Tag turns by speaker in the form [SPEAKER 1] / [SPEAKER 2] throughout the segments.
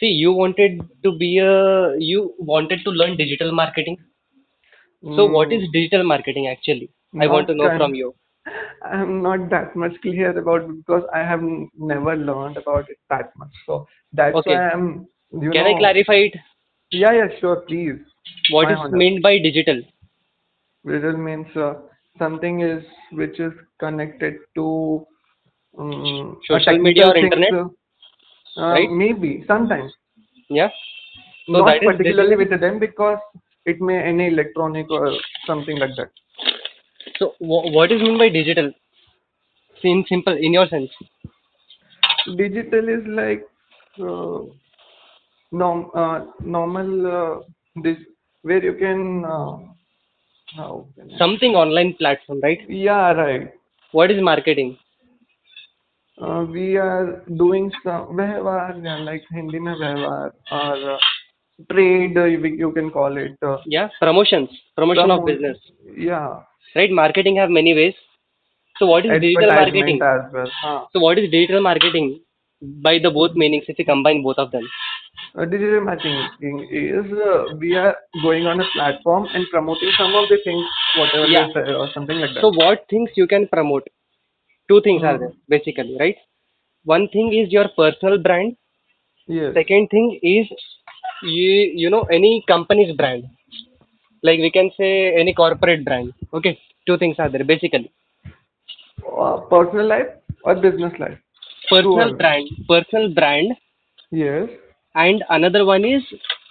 [SPEAKER 1] See, you wanted to be a you wanted to learn digital marketing. So, what is
[SPEAKER 2] Mm,
[SPEAKER 1] digital marketing actually? I want
[SPEAKER 2] Not
[SPEAKER 1] to know from
[SPEAKER 2] kind.
[SPEAKER 1] you.
[SPEAKER 2] Mm. I'm not that much clear about it because I have n- never learned about it that much. So that's
[SPEAKER 1] Okay,
[SPEAKER 2] why I'm, you
[SPEAKER 1] can I
[SPEAKER 2] know,
[SPEAKER 1] clarify it?
[SPEAKER 2] yeah, yeah, sure, please,
[SPEAKER 1] What
[SPEAKER 2] my
[SPEAKER 1] is
[SPEAKER 2] honor.
[SPEAKER 1] meant by digital?
[SPEAKER 2] Digital means uh, something is which is connected to um, a
[SPEAKER 1] Social media
[SPEAKER 2] technical
[SPEAKER 1] or
[SPEAKER 2] things.
[SPEAKER 1] internet,
[SPEAKER 2] Uh, uh,
[SPEAKER 1] right?
[SPEAKER 2] maybe sometimes,
[SPEAKER 1] Yeah. So that
[SPEAKER 2] not
[SPEAKER 1] is digital.
[SPEAKER 2] particularly with them because it may any electronic or something like that.
[SPEAKER 1] So, wh- what is meant by digital? In simple, in your sense.
[SPEAKER 2] Digital is like uh, norm uh, normal uh, this where you can uh, how can I
[SPEAKER 1] Something online platform, right?
[SPEAKER 2] yeah right
[SPEAKER 1] What is marketing?
[SPEAKER 2] uh, we are doing some व्यवहार yeah, like Hindi में व्यवहार or uh, trade uh, you, you can call it uh,
[SPEAKER 1] Yeah, promotions, promotion of
[SPEAKER 2] promote
[SPEAKER 1] business,
[SPEAKER 2] yeah
[SPEAKER 1] right? Marketing have many ways. So, what is digital marketing?
[SPEAKER 2] advertisement Uh. as well हाँ
[SPEAKER 1] So what is digital marketing by the both meanings if you combine both of them?
[SPEAKER 2] Uh, digital marketing is uh, we are going on a platform and promoting some of the things whatever they
[SPEAKER 1] Yeah.
[SPEAKER 2] sell or something like
[SPEAKER 1] So
[SPEAKER 2] that
[SPEAKER 1] what things you can promote? Two things are there
[SPEAKER 2] mm,
[SPEAKER 1] basically, right? One thing is your personal brand.
[SPEAKER 2] yes
[SPEAKER 1] Second thing is you you know any company's brand. Like we can say any corporate brand. Okay. Two things are there basically.
[SPEAKER 2] uh, personal life or business life two
[SPEAKER 1] Personal
[SPEAKER 2] are there
[SPEAKER 1] brand, personal brand,
[SPEAKER 2] yes
[SPEAKER 1] and another one is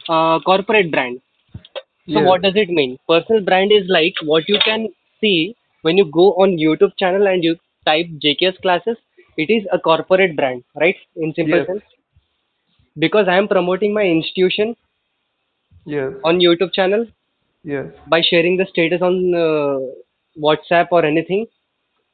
[SPEAKER 1] uh, corporate brand. So
[SPEAKER 2] yes
[SPEAKER 1] what does it mean? Personal brand is like what you can see when you go on YouTube channel and you type JKS classes. It is a corporate brand, right? In simple
[SPEAKER 2] yes
[SPEAKER 1] sense, because I am promoting my institution
[SPEAKER 2] yes
[SPEAKER 1] on YouTube channel
[SPEAKER 2] yes
[SPEAKER 1] by sharing the status on uh, WhatsApp or anything.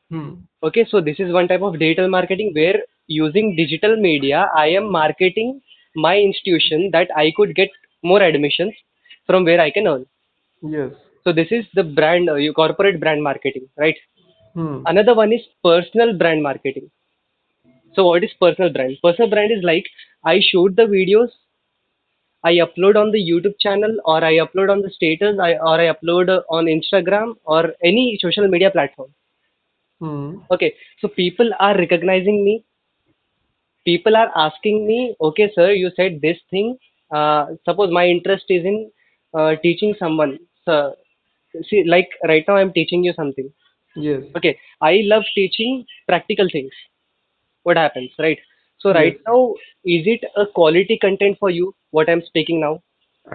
[SPEAKER 2] hmm
[SPEAKER 1] Okay, so this is one type of digital marketing where using digital media, I am marketing my institution that I could get more admissions from where I can earn.
[SPEAKER 2] yes
[SPEAKER 1] So this is the brand, uh, your corporate brand marketing, right?
[SPEAKER 2] hmm
[SPEAKER 1] Another one is personal brand marketing. So what is personal brand? Personal brand is like I shoot the videos, I upload on the YouTube channel, or I upload on the status, I, or I upload uh, on Instagram or any social media platform.
[SPEAKER 2] hmm
[SPEAKER 1] Okay, so people are recognizing me. People are asking me, okay, sir, you said this thing. Uh, suppose my interest is in uh, teaching someone. So, see, like right now, I'm teaching you something.
[SPEAKER 2] yes
[SPEAKER 1] okay i love teaching practical things what happens right so
[SPEAKER 2] yes
[SPEAKER 1] right now is it a quality content for you what i'm speaking now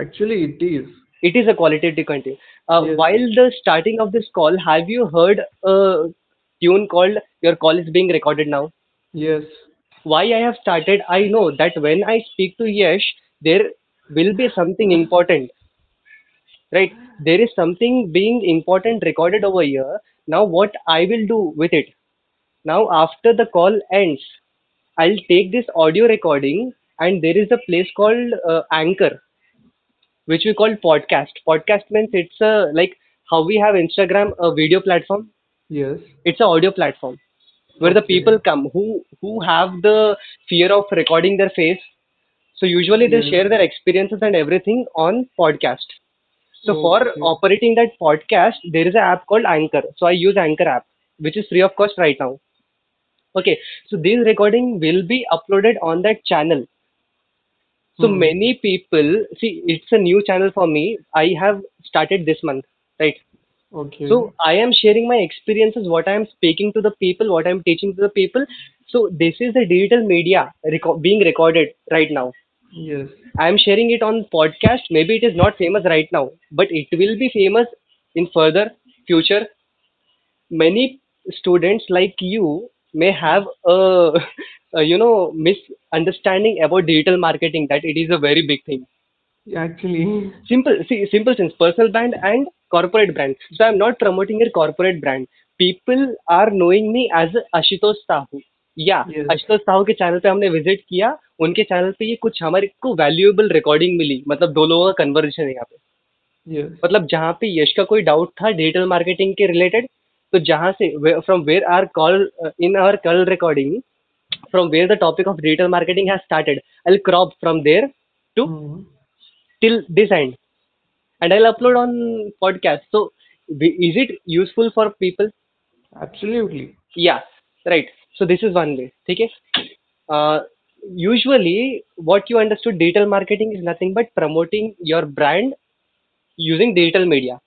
[SPEAKER 2] actually it is
[SPEAKER 1] it is a qualitative content uh,
[SPEAKER 2] yes
[SPEAKER 1] while the starting of this call have you heard a tune called your call is being recorded now
[SPEAKER 2] yes
[SPEAKER 1] why i have started i know that when i speak to yesh there will be something important right there is something being important recorded over here now what i will do with it now after the call ends i'll take this audio recording and there is a place called uh, anchor which we call podcast podcast means it's a like how we have instagram a video platform
[SPEAKER 2] yes
[SPEAKER 1] it's an audio platform where the
[SPEAKER 2] okay
[SPEAKER 1] people come who who have the fear of recording their face so usually they
[SPEAKER 2] yes
[SPEAKER 1] share their experiences and everything on podcast so for
[SPEAKER 2] okay
[SPEAKER 1] operating that podcast there is an app called anchor so i use anchor app which is free of cost right now okay so this recording will be uploaded on that channel so
[SPEAKER 2] hmm
[SPEAKER 1] many people see it's a new channel for me i have started this month right so
[SPEAKER 2] okay
[SPEAKER 1] i am sharing my experiences what i am speaking to the people what i am teaching to the people so this is the digital media reco- being recorded right now
[SPEAKER 2] yes
[SPEAKER 1] i am sharing it on podcast maybe it is not famous right now but it will be famous in further future many students like you may have a, a you know misunderstanding about digital marketing that it is a very big thing
[SPEAKER 2] actually
[SPEAKER 1] simple see simple sense personal brand and corporate brand so i'm not promoting your corporate brand people are knowing me as Ashutosh Sahu या
[SPEAKER 2] yes
[SPEAKER 1] Ashutosh Sahu के channel पे हमने visit किया उनके channel पे ये कुछ हमारे को वैल्यूएबल रिकॉर्डिंग मिली मतलब दो लोगों का कन्वर्सेशन है यहाँ पे
[SPEAKER 2] yes
[SPEAKER 1] मतलब जहाँ पे यश का कोई डाउट था डिजिटल मार्केटिंग के रिलेटेड तो जहाँ से from where are call in our call recording from where the topic of digital marketing has started. I'll crop from there to
[SPEAKER 2] Mhm.
[SPEAKER 1] till this end, and I'll upload on podcast. So, wi- is it useful for people?
[SPEAKER 2] Absolutely.
[SPEAKER 1] Yeah, right. So this is one way. Okay. Uh, usually, what you understood digital marketing is nothing but promoting your brand using digital media.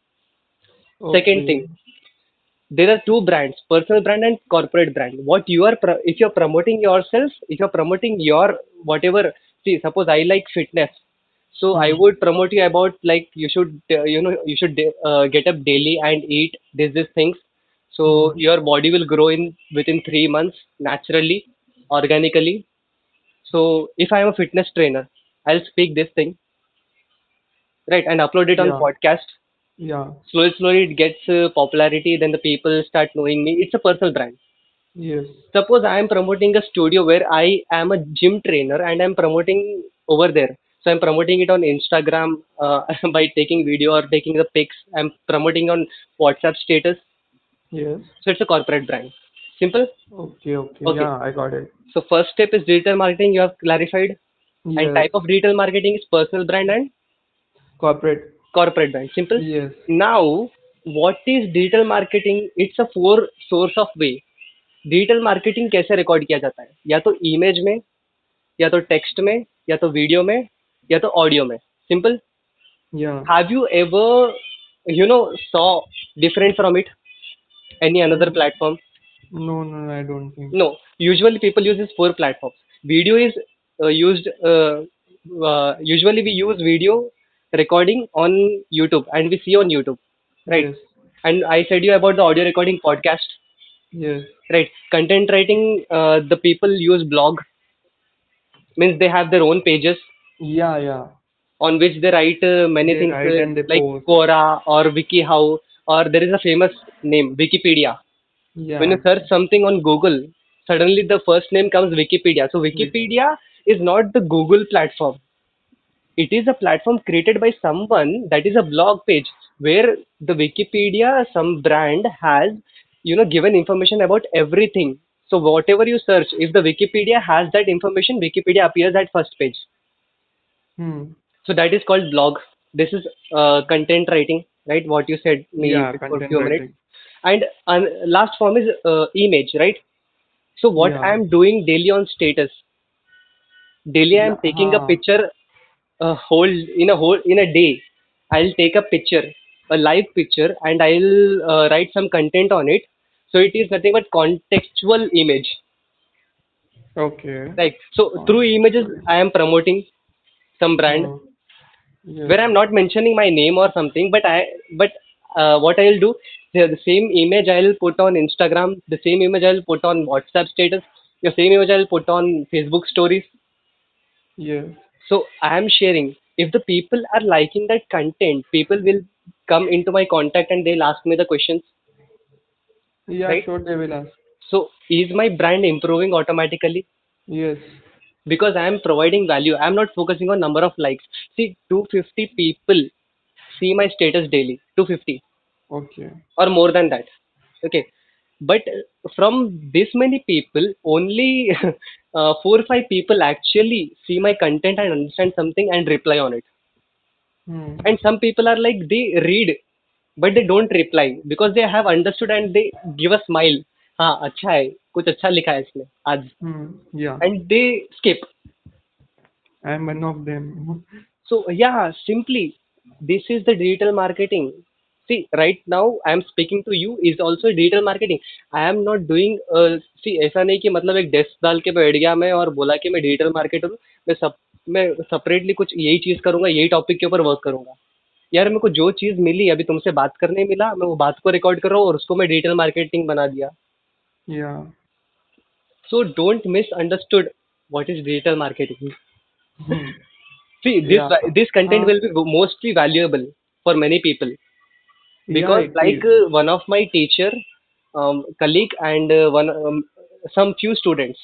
[SPEAKER 1] Second
[SPEAKER 2] Okay.
[SPEAKER 1] thing. There are two brands: personal brand and corporate brand. What you are, pro- if you're promoting yourself, if you're promoting your whatever. See, suppose I like fitness, so
[SPEAKER 2] Hmm.
[SPEAKER 1] I would promote you about like you should, uh, you know, you should uh, get up daily and eat this, this things. So
[SPEAKER 2] Hmm.
[SPEAKER 1] your body will grow in within three months naturally, organically. So if I am a fitness trainer, I'll speak this thing, right, and upload it on
[SPEAKER 2] Yeah.
[SPEAKER 1] podcast.
[SPEAKER 2] Yeah.
[SPEAKER 1] Slowly, slowly it gets uh, popularity. Then the people start knowing me. It's a personal brand.
[SPEAKER 2] Yes.
[SPEAKER 1] Suppose I am promoting a studio where I am a gym trainer and I'm promoting over there. So I'm promoting it on Instagram uh, by taking video or taking the pics. I'm promoting on WhatsApp status.
[SPEAKER 2] Yes.
[SPEAKER 1] So it's a corporate brand. Simple.
[SPEAKER 2] Okay. Okay.
[SPEAKER 1] Okay.
[SPEAKER 2] Yeah, I got it.
[SPEAKER 1] So first step is digital marketing. You have clarified.
[SPEAKER 2] Yes.
[SPEAKER 1] And type of digital marketing is personal brand and
[SPEAKER 2] Corporate.
[SPEAKER 1] corporate brand. Simple.
[SPEAKER 2] Yes.
[SPEAKER 1] Now, what is digital marketing? It's a four source of way. Digital marketing कैसे record किया जाता है या तो image में या तो text में या तो वीडियो में या तो ऑडियो में simple
[SPEAKER 2] Yeah.
[SPEAKER 1] Have you ever you know saw different from it any another platform
[SPEAKER 2] No, no, no, I don't think.
[SPEAKER 1] No, usually people use these four platforms. Video is uh, used. Uh, uh, usually we use video recording on YouTube, and we see on YouTube, right?
[SPEAKER 2] Yes.
[SPEAKER 1] And I said you about the audio recording podcast,
[SPEAKER 2] Yes.
[SPEAKER 1] right? Content writing, uh, the people use blog, means they have their own pages
[SPEAKER 2] Yeah, yeah.
[SPEAKER 1] on which they write uh, many
[SPEAKER 2] They
[SPEAKER 1] things
[SPEAKER 2] write
[SPEAKER 1] uh,
[SPEAKER 2] and they
[SPEAKER 1] like
[SPEAKER 2] post.
[SPEAKER 1] Quora or WikiHow, or there is a famous name Wikipedia
[SPEAKER 2] Yeah.
[SPEAKER 1] when you search something on google suddenly the first name comes wikipedia so wikipedia is not the google platform it is a platform created by someone that is a blog page where the wikipedia some brand has you know given information about everything so whatever you search if the wikipedia has that information wikipedia appears at first page
[SPEAKER 2] Hmm.
[SPEAKER 1] so that is called blog this is uh, content writing right what you said maybe
[SPEAKER 2] Yeah,
[SPEAKER 1] before
[SPEAKER 2] content
[SPEAKER 1] few
[SPEAKER 2] writing.
[SPEAKER 1] minutes and uh, last form is uh, image right so what
[SPEAKER 2] Yeah.
[SPEAKER 1] i am doing daily on status daily i am
[SPEAKER 2] Yeah,
[SPEAKER 1] taking a
[SPEAKER 2] huh.
[SPEAKER 1] picture a whole in a whole in a day i'll take a picture a live picture and i'll uh, write some content on it so it is nothing but contextual image
[SPEAKER 2] Okay.
[SPEAKER 1] like so through images i am promoting some brand
[SPEAKER 2] Uh, yes.
[SPEAKER 1] where I'm not mentioning my name or something, but I but uh, what I'll do the, the same image I'll put on Instagram, the same image I'll put on WhatsApp status, the same image I'll put on Facebook stories.
[SPEAKER 2] Yes.
[SPEAKER 1] So I am sharing. If the people are liking that content, people will come into my contact and they'll ask me the questions.
[SPEAKER 2] Yeah,
[SPEAKER 1] Right?
[SPEAKER 2] sure they will ask.
[SPEAKER 1] So is my brand improving automatically?
[SPEAKER 2] Yes.
[SPEAKER 1] because I am providing value. I am not focusing on number of likes. See, 250 people see my status daily, 250
[SPEAKER 2] Okay.
[SPEAKER 1] or more than that. Okay, but uh, from this many people, only uh, four or five people actually see my content and understand something and reply on it.
[SPEAKER 2] Hmm.
[SPEAKER 1] And some people are like they read, but they don't reply because they have understood and they give a smile. हाँ अच्छा है कुछ अच्छा लिखा है इसमें आज
[SPEAKER 2] Hmm. Yeah.
[SPEAKER 1] and they skip
[SPEAKER 2] I am one of them.
[SPEAKER 1] So yeah, simply this is the digital marketing. See, right now I am speaking to you is also digital marketing. I am not doing uh, see ऐसा नहीं कि मतलब एक desk डाल के बैठ गया मैं और बोला कि मैं digital marketer हूँ मैं सब मैं सेपरेटली कुछ यही चीज करूंगा यही टॉपिक के ऊपर वर्क करूंगा यार मेरे को जो चीज मिली अभी तुमसे बात करने मिला मैं वो बात को रिकॉर्ड कर रहा हूँ और उसको मैं डिजिटल मार्केटिंग बना दिया
[SPEAKER 2] Yeah.
[SPEAKER 1] So don't misunderstood what is digital marketing
[SPEAKER 2] Hmm.
[SPEAKER 1] See, this
[SPEAKER 2] Yeah.
[SPEAKER 1] this content
[SPEAKER 2] Uh,
[SPEAKER 1] will be mostly valuable for many people because,
[SPEAKER 2] Yeah, it
[SPEAKER 1] like
[SPEAKER 2] is.
[SPEAKER 1] uh, one of my teacher, um, colleague, and uh, one um, some few students,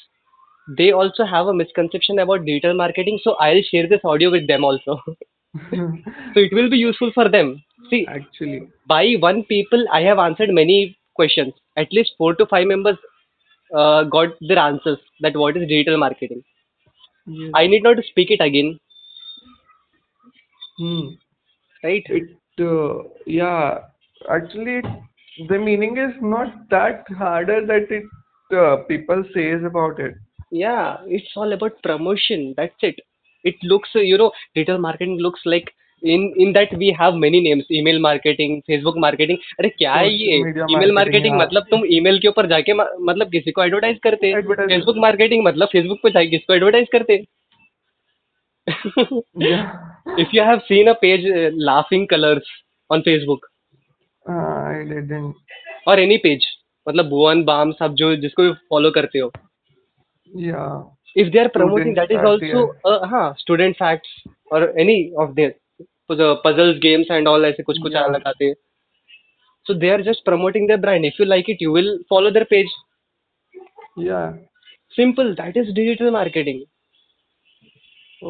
[SPEAKER 1] they also have a misconception about digital marketing. So I'll share this audio with them also. so it will be useful for them. See,
[SPEAKER 2] Actually.
[SPEAKER 1] by one people, I have answered many questions. At least four to five members uh, got their answers that what is digital marketing.
[SPEAKER 2] Yes.
[SPEAKER 1] I need not speak it again,
[SPEAKER 2] Hmm.
[SPEAKER 1] right?
[SPEAKER 2] It uh, yeah. Actually, it, the meaning is not that harder that it uh, people says about it.
[SPEAKER 1] Yeah, it's all about promotion. That's it. It looks, uh, you know, digital marketing looks like in in that we have many names email marketing Facebook marketing अरे क्या है
[SPEAKER 2] Social
[SPEAKER 1] ये
[SPEAKER 2] media
[SPEAKER 1] email
[SPEAKER 2] marketing,
[SPEAKER 1] marketing
[SPEAKER 2] हाँ।
[SPEAKER 1] मतलब तुम email के ऊपर जाके मा- मतलब किसी को एडवर्टाइज करते
[SPEAKER 2] Advertisement.
[SPEAKER 1] फेसबुक मार्केटिंग मतलब फेसबुक पे जाके किसको एडवर्टाइज करते
[SPEAKER 2] Yeah.
[SPEAKER 1] if you have seen a page uh, laughing colors on facebook
[SPEAKER 2] Uh, I didn't.
[SPEAKER 1] or any page मतलब भुवन बाम सब जो जिसको भी फॉलो करते हो
[SPEAKER 2] Yeah.
[SPEAKER 1] if they are promoting
[SPEAKER 2] Student
[SPEAKER 1] that is
[SPEAKER 2] fact,
[SPEAKER 1] also
[SPEAKER 2] yeah.
[SPEAKER 1] uh, हाँ student facts or any of their puzzle- puzzles games and all ऐसे कुछ कुछ
[SPEAKER 2] Yeah.
[SPEAKER 1] लगाते हैं so they are just promoting their brand if you like it you will follow their page
[SPEAKER 2] Yeah.
[SPEAKER 1] simple that is digital marketing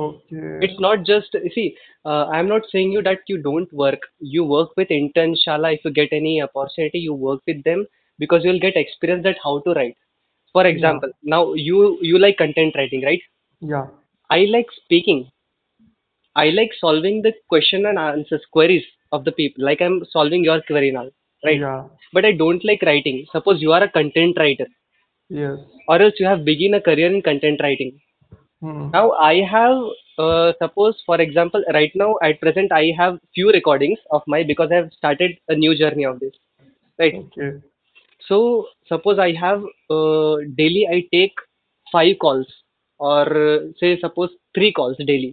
[SPEAKER 2] Okay.
[SPEAKER 1] it's not just see uh, i'm not saying you that you don't work you work with intern shala if you get any opportunity you work with them because you'll get experience that how to write for example now you you like content writing right
[SPEAKER 2] Yeah.
[SPEAKER 1] i like speaking i like solving the question and answers queries of the people like i'm solving your query now right
[SPEAKER 2] Yeah.
[SPEAKER 1] but i don't like writing suppose you are a content writer
[SPEAKER 2] Yes.
[SPEAKER 1] or else you have begin a career in content writing
[SPEAKER 2] Hmm.
[SPEAKER 1] now i have uh, suppose for example right now at present i have few recordings of my because i have started a new journey of this right
[SPEAKER 2] Okay.
[SPEAKER 1] so suppose i have uh, daily i take five calls or uh, say suppose three calls daily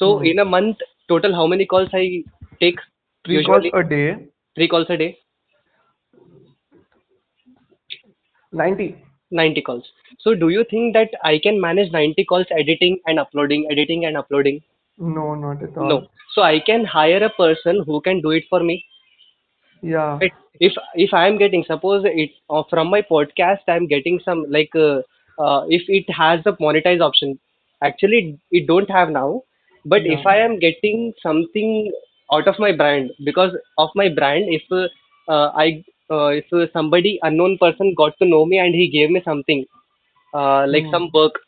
[SPEAKER 1] so
[SPEAKER 2] Hmm.
[SPEAKER 1] in a month total how many calls i take
[SPEAKER 2] Three calls
[SPEAKER 1] usually
[SPEAKER 2] a day.
[SPEAKER 1] three calls a day
[SPEAKER 2] Ninety.
[SPEAKER 1] 90 calls so do you think that i can manage 90 calls editing and uploading editing and uploading
[SPEAKER 2] No, not at all.
[SPEAKER 1] No. So I can hire a person who can do it for me.
[SPEAKER 2] Yeah.
[SPEAKER 1] Right? If if I am getting suppose it uh, from my podcast I am getting some like uh, uh, if it has a monetize option. Actually it, it don't have now. But if
[SPEAKER 2] Yeah.
[SPEAKER 1] I am getting something out of my brand because of my brand if uh, uh, I uh, if uh, somebody unknown person got to know me and he gave me something uh, like
[SPEAKER 2] Hmm.
[SPEAKER 1] some work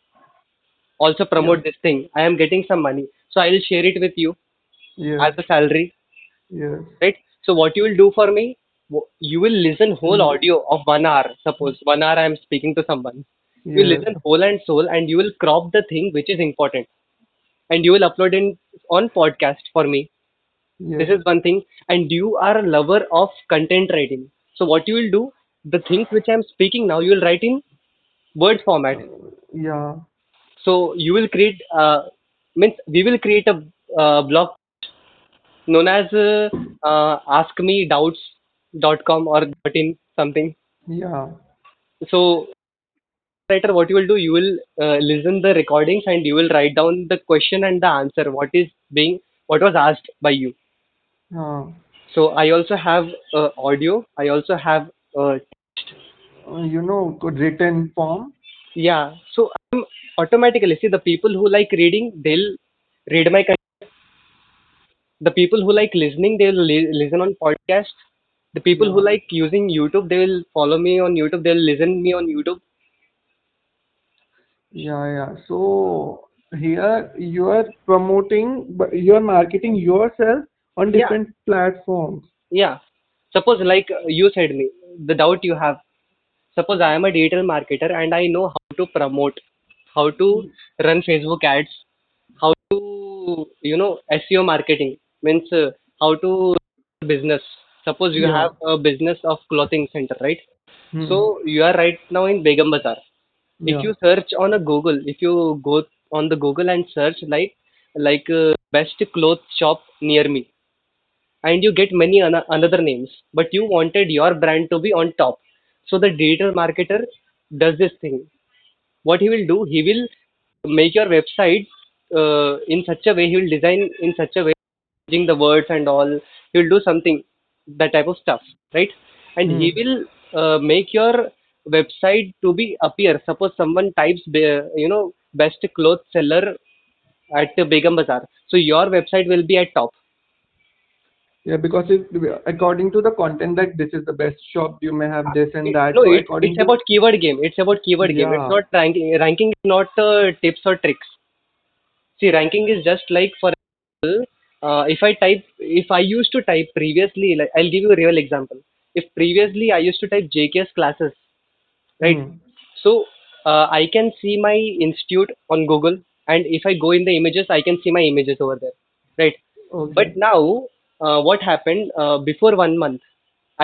[SPEAKER 1] also promote this thing I am getting some money so I will share it with you
[SPEAKER 2] Yes.
[SPEAKER 1] as a salary
[SPEAKER 2] Yes.
[SPEAKER 1] right so what you will do for me w- you will listen whole
[SPEAKER 2] Hmm.
[SPEAKER 1] audio of one hour suppose one hour i am speaking to someone you
[SPEAKER 2] Yes.
[SPEAKER 1] listen whole and soul and you will crop the thing which is important and you will upload in on podcast for me this
[SPEAKER 2] Yes.
[SPEAKER 1] is one thing and you are a lover of content writing so what you will do the things which i am speaking now you will write in word format
[SPEAKER 2] Yeah.
[SPEAKER 1] so you will create uh, means we will create a uh, blog known as uh, uh, askmedoubts.com or dot in something.
[SPEAKER 2] Yeah.
[SPEAKER 1] So, writer, what you will do, you will uh, listen the recordings and you will write down the question and the answer. What is being what was asked by you.
[SPEAKER 2] Uh,
[SPEAKER 1] So I also have uh, audio. I also have uh,
[SPEAKER 2] you know, good written form.
[SPEAKER 1] yeah. So I'm automatically see the people who like reading, they'll read my. Content. the people who like listening they'll li- listen on podcast the people who
[SPEAKER 2] Yeah.
[SPEAKER 1] like using youtube they'll follow me on youtube they'll listen me on youtube
[SPEAKER 2] Yeah, yeah. So here you are promoting, but you are marketing yourself on
[SPEAKER 1] Yeah.
[SPEAKER 2] different platforms.
[SPEAKER 1] yeah suppose like uh, you said me the doubt you have suppose i am a digital marketer and i know how to promote how to
[SPEAKER 2] Hmm.
[SPEAKER 1] run facebook ads how to you know seo marketing means uh, how to business suppose you
[SPEAKER 2] Yeah.
[SPEAKER 1] have a business of clothing center right
[SPEAKER 2] Hmm.
[SPEAKER 1] so you are right now in begum bazar if
[SPEAKER 2] Yeah.
[SPEAKER 1] you search on a google if you go on the google and search like like uh, best cloth shop near me and you get many an- another names but you wanted your brand to be on top so the digital marketer does this thing what he will do he will make your website uh, in such a way he will design in such a way using the words and all he will do something that type of stuff right and he
[SPEAKER 2] Hmm.
[SPEAKER 1] will uh, make your website to be appear suppose someone types be- you know best cloth seller at Begum Bazaar so your website will be at top
[SPEAKER 2] Yeah, because if according to the content that this is the best shop, you may have this and that.
[SPEAKER 1] Uh, no,
[SPEAKER 2] So
[SPEAKER 1] it,
[SPEAKER 2] according
[SPEAKER 1] it's
[SPEAKER 2] to-
[SPEAKER 1] about keyword game. It's about keyword game. It's
[SPEAKER 2] Yeah.
[SPEAKER 1] not ranking. Ranking is not uh, tips or tricks. See, ranking is just like for example, uh, if I type, if I used to type previously, like I'll give you a real example. If previously I used to type JKS classes, right?
[SPEAKER 2] Hmm.
[SPEAKER 1] So uh, I can see my institute on Google, and if I go in the images, I can see my images over there, right?
[SPEAKER 2] Okay.
[SPEAKER 1] But now, uh, what happened uh, before one month?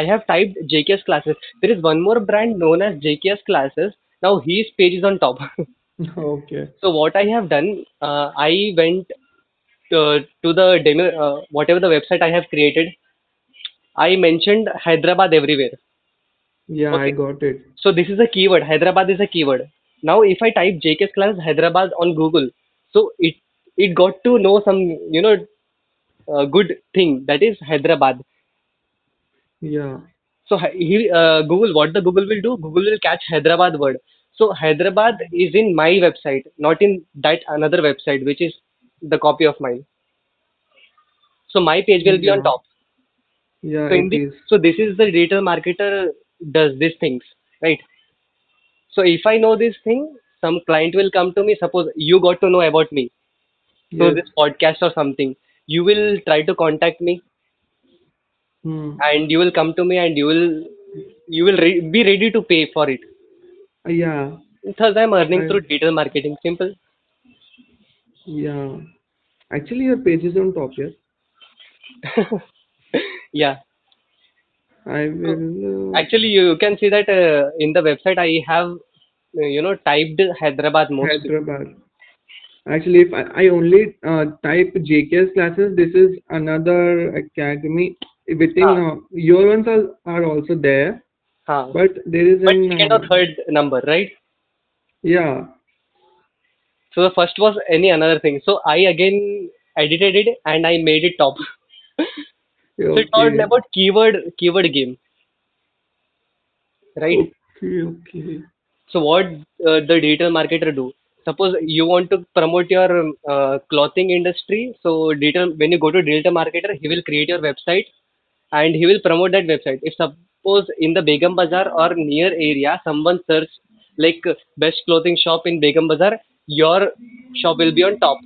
[SPEAKER 1] I have typed JKS classes. There is one more brand known as JKS classes. Now his page is on top.
[SPEAKER 2] okay.
[SPEAKER 1] so what I have done, uh, I went to, to the demo, uh, whatever the website I have created. I mentioned Hyderabad everywhere.
[SPEAKER 2] Yeah, I
[SPEAKER 1] Okay.
[SPEAKER 2] got it.
[SPEAKER 1] So this is a keyword. Hyderabad is a keyword. Now if I type JKS classes Hyderabad on Google, so it it got to know some you know uh, good thing that is Hyderabad.
[SPEAKER 2] Yeah.
[SPEAKER 1] So hy- he, uh, Google, what the Google will do? Google will catch Hyderabad word. So Hyderabad is in my website, not in that another website, which is the copy of mine. So my page will be on
[SPEAKER 2] Yeah.
[SPEAKER 1] top.
[SPEAKER 2] Yeah,
[SPEAKER 1] So, in
[SPEAKER 2] it
[SPEAKER 1] the,
[SPEAKER 2] is.
[SPEAKER 1] so this is the digital marketer does these things, right? So if I know this thing, some client will come to me. Suppose you got to know about me through
[SPEAKER 2] Yes.
[SPEAKER 1] this podcast or something. You will try to contact me,
[SPEAKER 2] Hmm.
[SPEAKER 1] and you will come to me, and you will you will re- be ready to pay for it.
[SPEAKER 2] Yeah.
[SPEAKER 1] Thus, I'm earning
[SPEAKER 2] I-
[SPEAKER 1] through digital marketing. Simple.
[SPEAKER 2] Yeah. Actually, your page is on top, yes.
[SPEAKER 1] yeah.
[SPEAKER 2] I
[SPEAKER 1] Oh,
[SPEAKER 2] will. Uh,
[SPEAKER 1] Actually, you, you can see that uh, in the website I have, uh, you know, typed Hyderabad mostly.
[SPEAKER 2] Hyderabad. Actually, if I, I only uh, type JKS classes, this is another academy within
[SPEAKER 1] Ah.
[SPEAKER 2] uh, your ones are, are also there,
[SPEAKER 1] Huh.
[SPEAKER 2] but there is
[SPEAKER 1] But
[SPEAKER 2] an
[SPEAKER 1] second or
[SPEAKER 2] uh,
[SPEAKER 1] third number, right?
[SPEAKER 2] yeah
[SPEAKER 1] So the first was any another thing. So I again edited it and I made it top. so it's all
[SPEAKER 2] okay
[SPEAKER 1] about keyword keyword game, right?
[SPEAKER 2] okay okay
[SPEAKER 1] So what uh, the digital marketer do? Suppose you want to promote your um, uh, clothing industry. So digital, when you go to digital marketer, he will create your website and he will promote that website. If suppose in the Begum Bazaar or near area, someone search like uh, best clothing shop in Begum Bazaar, your shop will be on top.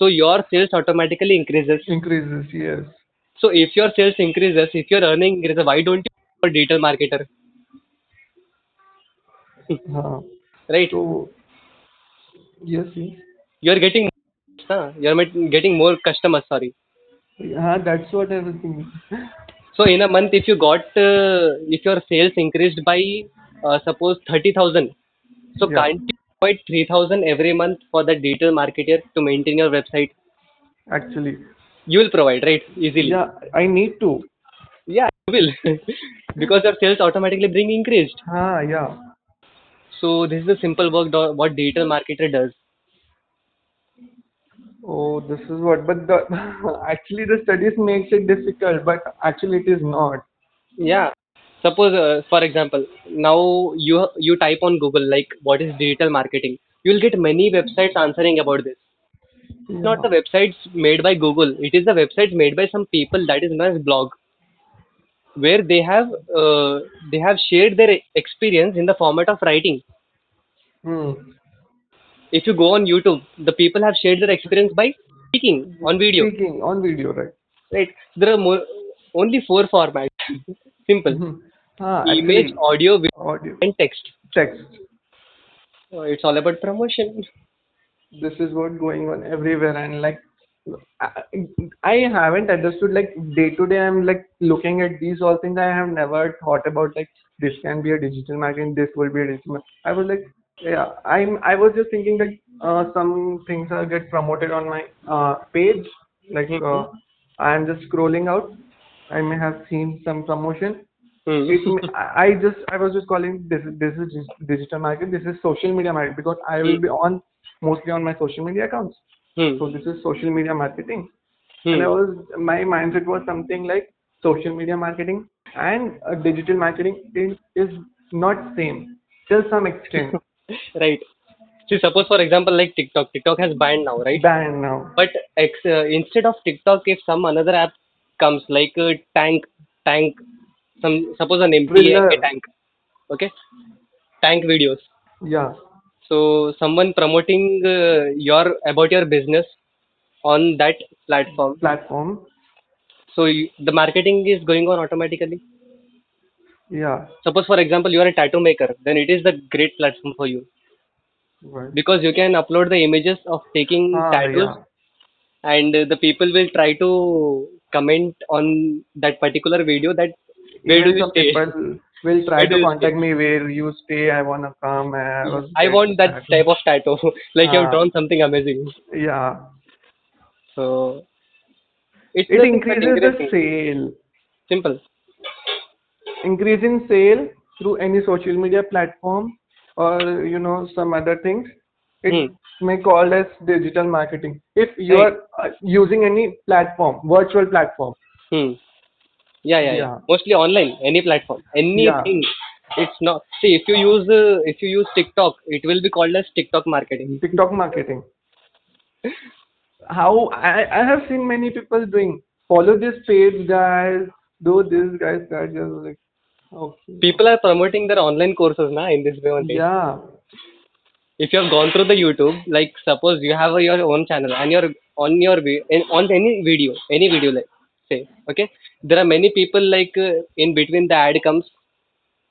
[SPEAKER 1] So your sales automatically increases.
[SPEAKER 2] increases yes
[SPEAKER 1] So if your sales increases, if your earning increases, why don't you go for digital marketer,
[SPEAKER 2] huh.
[SPEAKER 1] right?
[SPEAKER 2] so yes yes
[SPEAKER 1] you are getting huh? you are met- getting more customers sorry
[SPEAKER 2] yeah हाँ, that's what I was thinking
[SPEAKER 1] so in a month if you got uh, if your sales increased by uh, suppose 30000 so
[SPEAKER 2] Yeah.
[SPEAKER 1] can't you provide 3000 every month for the digital marketer to maintain your website
[SPEAKER 2] actually
[SPEAKER 1] you will provide right easily
[SPEAKER 2] yeah I need to
[SPEAKER 1] yeah you will because your sales automatically bring increased
[SPEAKER 2] ah yeah
[SPEAKER 1] so this is the simple work do- what digital marketer does
[SPEAKER 2] oh this is what but the actually the studies makes it difficult but actually it is not
[SPEAKER 1] yeah suppose uh, for example now you you type on google like what is digital marketing you will get many websites answering about this it's not the
[SPEAKER 2] Yeah.
[SPEAKER 1] websites made by google it is the websites made by some people that is known as blog where they have uh, they have shared their experience in the format of writing
[SPEAKER 2] Hmm.
[SPEAKER 1] if you go on youtube the people have shared their experience by speaking on video
[SPEAKER 2] Speaking on video, right?
[SPEAKER 1] right there are more only four formats simple
[SPEAKER 2] Mhm. Ah,
[SPEAKER 1] image
[SPEAKER 2] actually,
[SPEAKER 1] audio video
[SPEAKER 2] audio,
[SPEAKER 1] and text
[SPEAKER 2] text.
[SPEAKER 1] Uh, it's all about promotion
[SPEAKER 2] This is what going on everywhere, and like, I, I haven't understood. Like day to day, I'm like looking at these all things. I have never thought about like this can be a digital marketing. This will be a digital. mar- I was like, yeah, I'm. I was just thinking that uh, some things are get promoted on my uh, page. Like uh, I'm just scrolling out. I may have seen some promotion.
[SPEAKER 1] Hmm.
[SPEAKER 2] it may, I I just I was just calling this is this is dis- digital market this is social media market because I will be on mostly on my social media accounts
[SPEAKER 1] Hmm.
[SPEAKER 2] so this is social media marketing and I
[SPEAKER 1] Hmm.
[SPEAKER 2] was my mindset was something like social media marketing and uh, digital marketing is, is not same till some extent
[SPEAKER 1] right see suppose for example like tiktok tiktok has banned now right
[SPEAKER 2] banned now
[SPEAKER 1] but ex- uh, instead of tiktok if some another app comes like a tank tank some suppose an MP
[SPEAKER 2] Thriller.
[SPEAKER 1] a tank okay tank videos
[SPEAKER 2] yeah
[SPEAKER 1] so someone promoting uh, your about your business on that platform
[SPEAKER 2] platform
[SPEAKER 1] so you, the marketing is going on automatically
[SPEAKER 2] yeah
[SPEAKER 1] suppose for example you are a tattoo maker then it is the great platform for you
[SPEAKER 2] right.
[SPEAKER 1] because you can upload the images of taking
[SPEAKER 2] Ah,
[SPEAKER 1] tattoos
[SPEAKER 2] yeah.
[SPEAKER 1] and uh, the people will try to comment on that particular video that where
[SPEAKER 2] Even
[SPEAKER 1] do you
[SPEAKER 2] some
[SPEAKER 1] stay
[SPEAKER 2] people will try
[SPEAKER 1] Where do
[SPEAKER 2] to
[SPEAKER 1] you
[SPEAKER 2] contact me where you stay i want to come I, was
[SPEAKER 1] i want that type of tattoo like you have
[SPEAKER 2] Ah.
[SPEAKER 1] drawn something amazing
[SPEAKER 2] yeah
[SPEAKER 1] so it's
[SPEAKER 2] it
[SPEAKER 1] nothing but
[SPEAKER 2] increases the
[SPEAKER 1] increasing.
[SPEAKER 2] sale
[SPEAKER 1] simple
[SPEAKER 2] increase in sale through any social media platform or you know some other things it may call as digital marketing if you
[SPEAKER 1] Hmm. Right.
[SPEAKER 2] are uh, using any platform virtual platform
[SPEAKER 1] hmm. yeah, yeah yeah
[SPEAKER 2] Yeah.
[SPEAKER 1] mostly online any platform anything it's not see if you use uh, if you use tiktok it will be called as tiktok marketing
[SPEAKER 2] tiktok marketing how I, I have seen many people doing follow this page guys do this guys that just like okay
[SPEAKER 1] people are promoting their online courses na in this way only
[SPEAKER 2] yeah
[SPEAKER 1] if you have gone through the youtube like suppose you have a, your own channel and you're on your vi- in, on any video any video like say okay there are many people like uh, in between the ad comes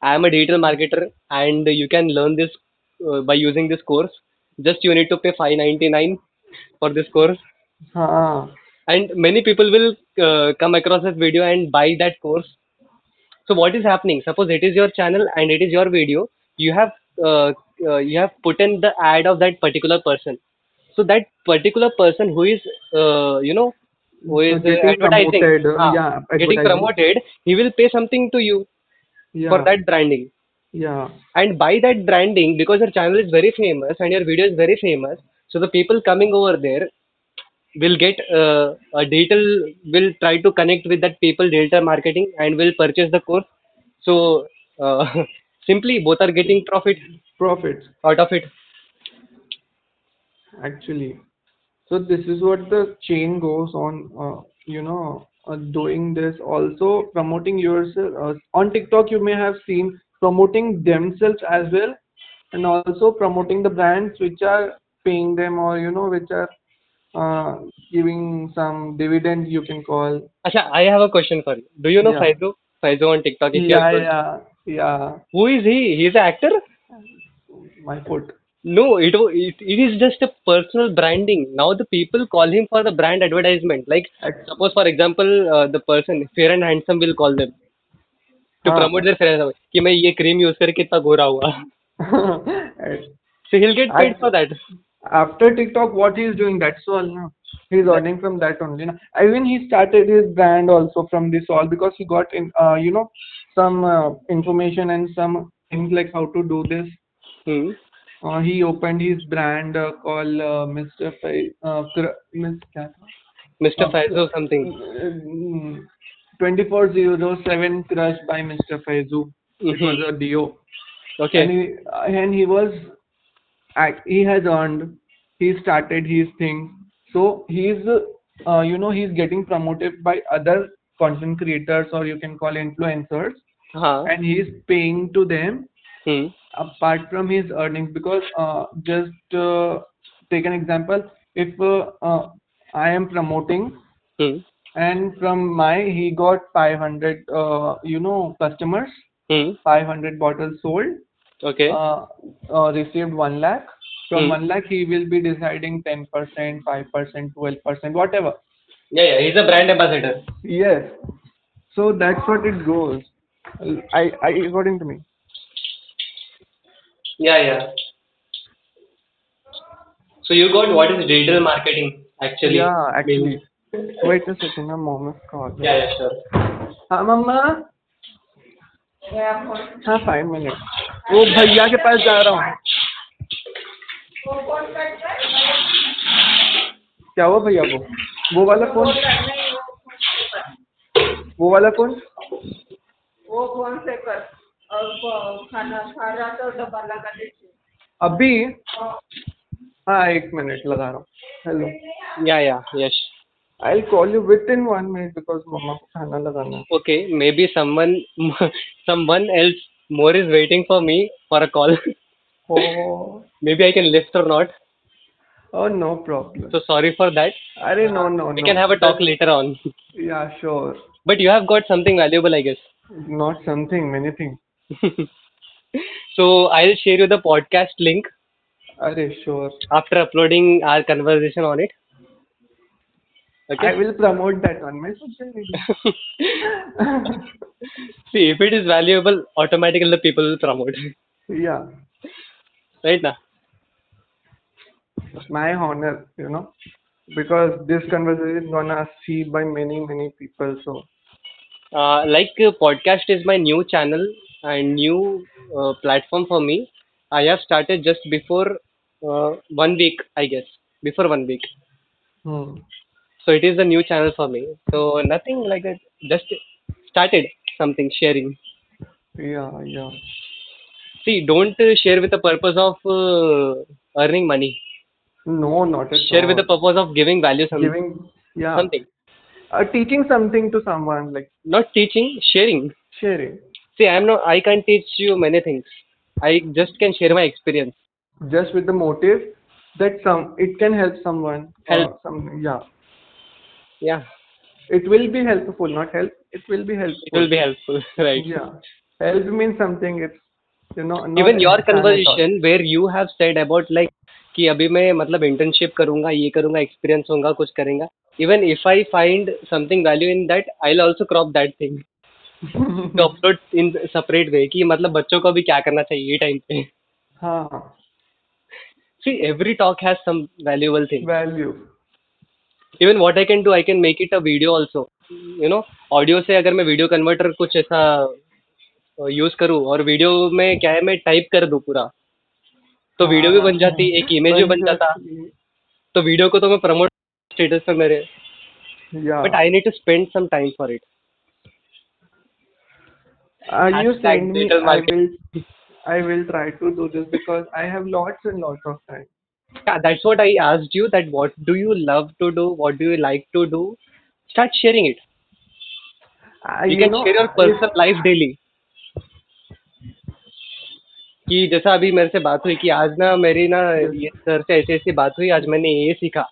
[SPEAKER 1] i am a digital marketer and you can learn this uh, by using this course just you need to pay 599 for this course
[SPEAKER 2] huh.
[SPEAKER 1] and many people will uh, come across this video and buy that course so what is happening suppose it is your channel and it is your video you have uh, uh, you have put in the ad of that particular person so that particular person who is uh, you know who is uh,
[SPEAKER 2] Getting
[SPEAKER 1] advertising
[SPEAKER 2] promoted,
[SPEAKER 1] ah,
[SPEAKER 2] yeah,
[SPEAKER 1] getting
[SPEAKER 2] advertising.
[SPEAKER 1] promoted he will pay something to you
[SPEAKER 2] yeah
[SPEAKER 1] for that branding
[SPEAKER 2] yeah
[SPEAKER 1] and by that branding because your channel is very famous and your video is very famous so the people coming over there will get uh, a digital will try to connect with that people digital marketing and will purchase the course so uh, simply both are getting profit
[SPEAKER 2] profits
[SPEAKER 1] out of it
[SPEAKER 2] actually so this is what the chain goes on uh, you know uh, doing this also promoting yourself uh, on tiktok you may have seen promoting themselves as well and also promoting the brands which are paying them or you know which are uh, giving some dividend you can call
[SPEAKER 1] Acha, i have a question for you do you know
[SPEAKER 2] Yeah.
[SPEAKER 1] faizo faizo on tiktok if you
[SPEAKER 2] yeah
[SPEAKER 1] have heard.
[SPEAKER 2] yeah yeah
[SPEAKER 1] who is he he is an actor
[SPEAKER 2] my foot
[SPEAKER 1] no it, wa- it it is just a personal branding now the people call him for the brand advertisement like
[SPEAKER 2] Ex-
[SPEAKER 1] suppose for example uh, the person fair and handsome will call them to
[SPEAKER 2] हाँ.
[SPEAKER 1] promote their fair and handsome कि मैं ये cream use करके इतना गोरा हुआ so he'll get paid
[SPEAKER 2] I-
[SPEAKER 1] for that
[SPEAKER 2] after TikTok, what he is doing, that's all. No? He's earning from that only. No? Even he started his brand also from this all because he got in, uh, you know, some uh, information and some things like how to do this.
[SPEAKER 1] hmm.
[SPEAKER 2] Uh, he opened his brand uh, called uh, Mr. Fai- uh, Kr- Miss क्या था?
[SPEAKER 1] Mr.
[SPEAKER 2] हाँ।
[SPEAKER 1] Faizo something
[SPEAKER 2] Mm, 2407 Crush by Mr. Faizu. It
[SPEAKER 1] Mhm.
[SPEAKER 2] was a DO.
[SPEAKER 1] okay
[SPEAKER 2] And he, uh, and he was, act- he has earned, he started his thing. So he's, uh, you know, he's getting promoted by other content creators or you can call influencers,
[SPEAKER 1] हाँ
[SPEAKER 2] and he's paying to them
[SPEAKER 1] hmm.
[SPEAKER 2] apart from his earnings because uh, just uh, take an example. If uh, uh, I am promoting
[SPEAKER 1] Hmm.
[SPEAKER 2] and from my he got 500, uh, you know, customers,
[SPEAKER 1] Hmm.
[SPEAKER 2] 500 bottles sold
[SPEAKER 1] okay
[SPEAKER 2] uh, uh, received 1 lakh. From
[SPEAKER 1] Hmm.
[SPEAKER 2] 1 lakh, he will be deciding 10%, 5%, 12%, whatever.
[SPEAKER 1] yeah yeah he's a brand ambassador
[SPEAKER 2] Yes. So that's what it goes. I, I according to me.
[SPEAKER 1] yeah yeah so you got what is digital marketing actually
[SPEAKER 2] Yeah, actually. Wait a second, a moment. Call.
[SPEAKER 1] yeah yeah sure
[SPEAKER 2] हाँ मम्मा हाँ five minute वो भैया के पास जा रहा हूँ क्या हुआ भैया को वो वाला फोन वो वाला फोन
[SPEAKER 3] वो फोन से कर और वो खाना खा रहा तो डब्बा लगा दीजिए
[SPEAKER 2] अभी
[SPEAKER 3] और
[SPEAKER 2] हाँ एक मिनट लगा रहा हूँ hello
[SPEAKER 1] yeah yeah yes
[SPEAKER 2] I'll call you within one minute because mama को खाना लगाना है.
[SPEAKER 1] Okay, maybe someone someone else more is waiting for me for a call.
[SPEAKER 2] Oh,
[SPEAKER 1] maybe I can lift or not.
[SPEAKER 2] oh no problem.
[SPEAKER 1] So sorry for that.
[SPEAKER 2] अरे no no no.
[SPEAKER 1] We can have a talk later on.
[SPEAKER 2] Yeah sure.
[SPEAKER 1] But you have got something valuable, I guess.
[SPEAKER 2] Not something many things.
[SPEAKER 1] So I'll share you the podcast link
[SPEAKER 2] अरे sure.
[SPEAKER 1] after uploading our conversation on it.
[SPEAKER 2] I
[SPEAKER 1] Okay.
[SPEAKER 2] will promote that on my social media.
[SPEAKER 1] See, if it is valuable, automatically the people will promote.
[SPEAKER 2] yeah,
[SPEAKER 1] right now.
[SPEAKER 2] it's my honor, you know, because this conversation is gonna see by many many people. So
[SPEAKER 1] Uh, like uh, podcast is my new channel and new uh, platform for me. I have started just before uh, one week, I guess, before one week.
[SPEAKER 2] hmm.
[SPEAKER 1] So it is a new channel for me. So nothing like that. Just started something sharing.
[SPEAKER 2] yeah yeah.
[SPEAKER 1] See, don't uh, share with the purpose of uh, earning money.
[SPEAKER 2] No, not at
[SPEAKER 1] Share
[SPEAKER 2] all.
[SPEAKER 1] with the purpose of giving value some,
[SPEAKER 2] Oh. giving yeah
[SPEAKER 1] something.
[SPEAKER 2] Uh, teaching something to someone like
[SPEAKER 1] Not teaching, sharing.
[SPEAKER 2] sharing.
[SPEAKER 1] See, I'm not. I can't teach you many things. I just can share my experience.
[SPEAKER 2] just with the motive that some it can help someone or
[SPEAKER 1] Help.
[SPEAKER 2] something yeah
[SPEAKER 1] Yeah,
[SPEAKER 2] it will be helpful not help it will be helpful
[SPEAKER 1] it will be helpful, right?
[SPEAKER 2] yeah help means something it's you know not
[SPEAKER 1] even your
[SPEAKER 2] an attack or-
[SPEAKER 1] conversation where you have said about like कि अभी मैं मतलब internship करूंगा ये करूंगा experience होगा कुछ करेंगा even if I find something value in that I also crop that thing to upload in separate way कि मतलब बच्चों को भी क्या करना चाहिए ये टाइम पे
[SPEAKER 2] हाँ,
[SPEAKER 1] see every talk has some valuable thing
[SPEAKER 2] value
[SPEAKER 1] even what I can do I can make it a video also you know audio से अगर मैं वीडियो कन्वर्टर कुछ ऐसा यूज करूँ और वीडियो में क्या है मैं टाइप कर दूं पूरा तो वीडियो भी
[SPEAKER 2] हाँ,
[SPEAKER 1] बन जाती एक इमेज भी बन जाता तो वीडियो को तो मैं प्रमोट स्टेटस पे मेरे
[SPEAKER 2] या
[SPEAKER 1] but I need to spend some time for it
[SPEAKER 2] Are Uh, you
[SPEAKER 1] Hashtag
[SPEAKER 2] send me?
[SPEAKER 1] digital
[SPEAKER 2] I will,
[SPEAKER 1] marketing.
[SPEAKER 2] I will try to do this because I have lots and lots of time.
[SPEAKER 1] That's what I asked you that what do you love to do what do you like to do start sharing it
[SPEAKER 2] I,
[SPEAKER 1] you can
[SPEAKER 2] know,
[SPEAKER 1] share your
[SPEAKER 2] if-
[SPEAKER 1] personal life daily कि जैसा अभी मेरे से बात हुई कि आज ना मेरी ना ये सर से ऐसी ऐसी बात हुई आज मैंने ये सीखा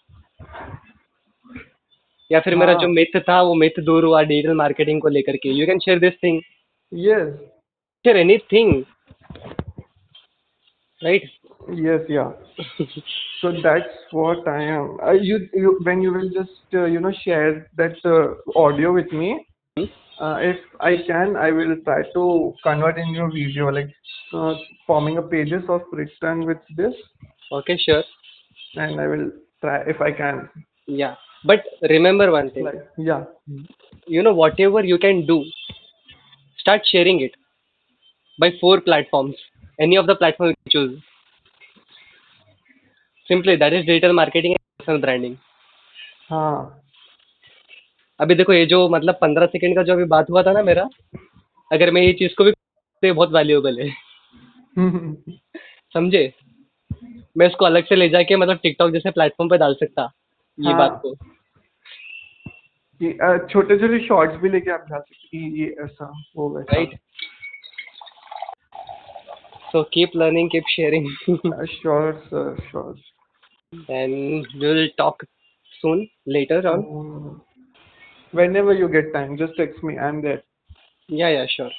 [SPEAKER 1] या फिर मेरा
[SPEAKER 2] हाँ।
[SPEAKER 1] जो मिथ था वो मिथ दूर हुआ डिजिटल मार्केटिंग को लेकर के you can share this thing
[SPEAKER 2] Yes,
[SPEAKER 1] share anything right
[SPEAKER 2] yes, yeah. So that's what I am. Uh, you, you, when you will just, uh, you know, share that uh, audio with me.
[SPEAKER 1] Hmm.
[SPEAKER 2] Uh, if I can, I will try to convert in your video, like uh, forming a pages of written with this,
[SPEAKER 1] Okay, sure.
[SPEAKER 2] and I will try if I can.
[SPEAKER 1] Yeah. But remember one thing.
[SPEAKER 2] Like, yeah,
[SPEAKER 1] You know, whatever you can do, start sharing it by four platforms. Any of the platform you choose. Simply that is digital marketing and personal branding.
[SPEAKER 2] हाँ,
[SPEAKER 1] अभी देखो ये जो मतलब पंद्रह second का जो अभी बात हुआ था ना मेरा अगर मैं ये चीज को भी तो ये बहुत वैल्यूएबल है समझे मैं इसको अलग से ले जाके मतलब टिकटॉक जैसे प्लेटफॉर्म पे डाल सकता ये
[SPEAKER 2] हाँ।
[SPEAKER 1] बात को
[SPEAKER 2] कि छोटे छोटे शॉर्ट्स uh, भी लेके आप जा सकते हैं कि ये ऐसा हो वैसा
[SPEAKER 1] right? So keep learning, keep sharing,
[SPEAKER 2] Uh, sure sir sure
[SPEAKER 1] and we'll talk soon later on.
[SPEAKER 2] whenever you get time just text me i'm there
[SPEAKER 1] Yeah, yeah, sure,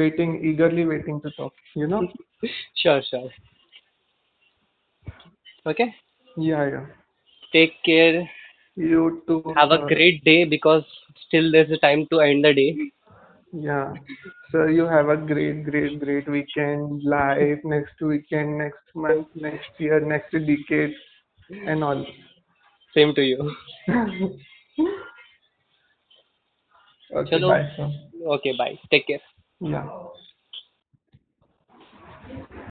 [SPEAKER 2] waiting eagerly waiting to talk you know
[SPEAKER 1] sure, sure. Okay,
[SPEAKER 2] yeah yeah
[SPEAKER 1] take care.
[SPEAKER 2] you too
[SPEAKER 1] Have a
[SPEAKER 2] sir.
[SPEAKER 1] great day because still there's a time to end the day.
[SPEAKER 2] yeah so you have a great great great weekend life next weekend next month next year next decade and all
[SPEAKER 1] Same to you.
[SPEAKER 2] okay
[SPEAKER 1] Chalo.
[SPEAKER 2] bye sir.
[SPEAKER 1] Okay, bye. Take care.
[SPEAKER 2] yeah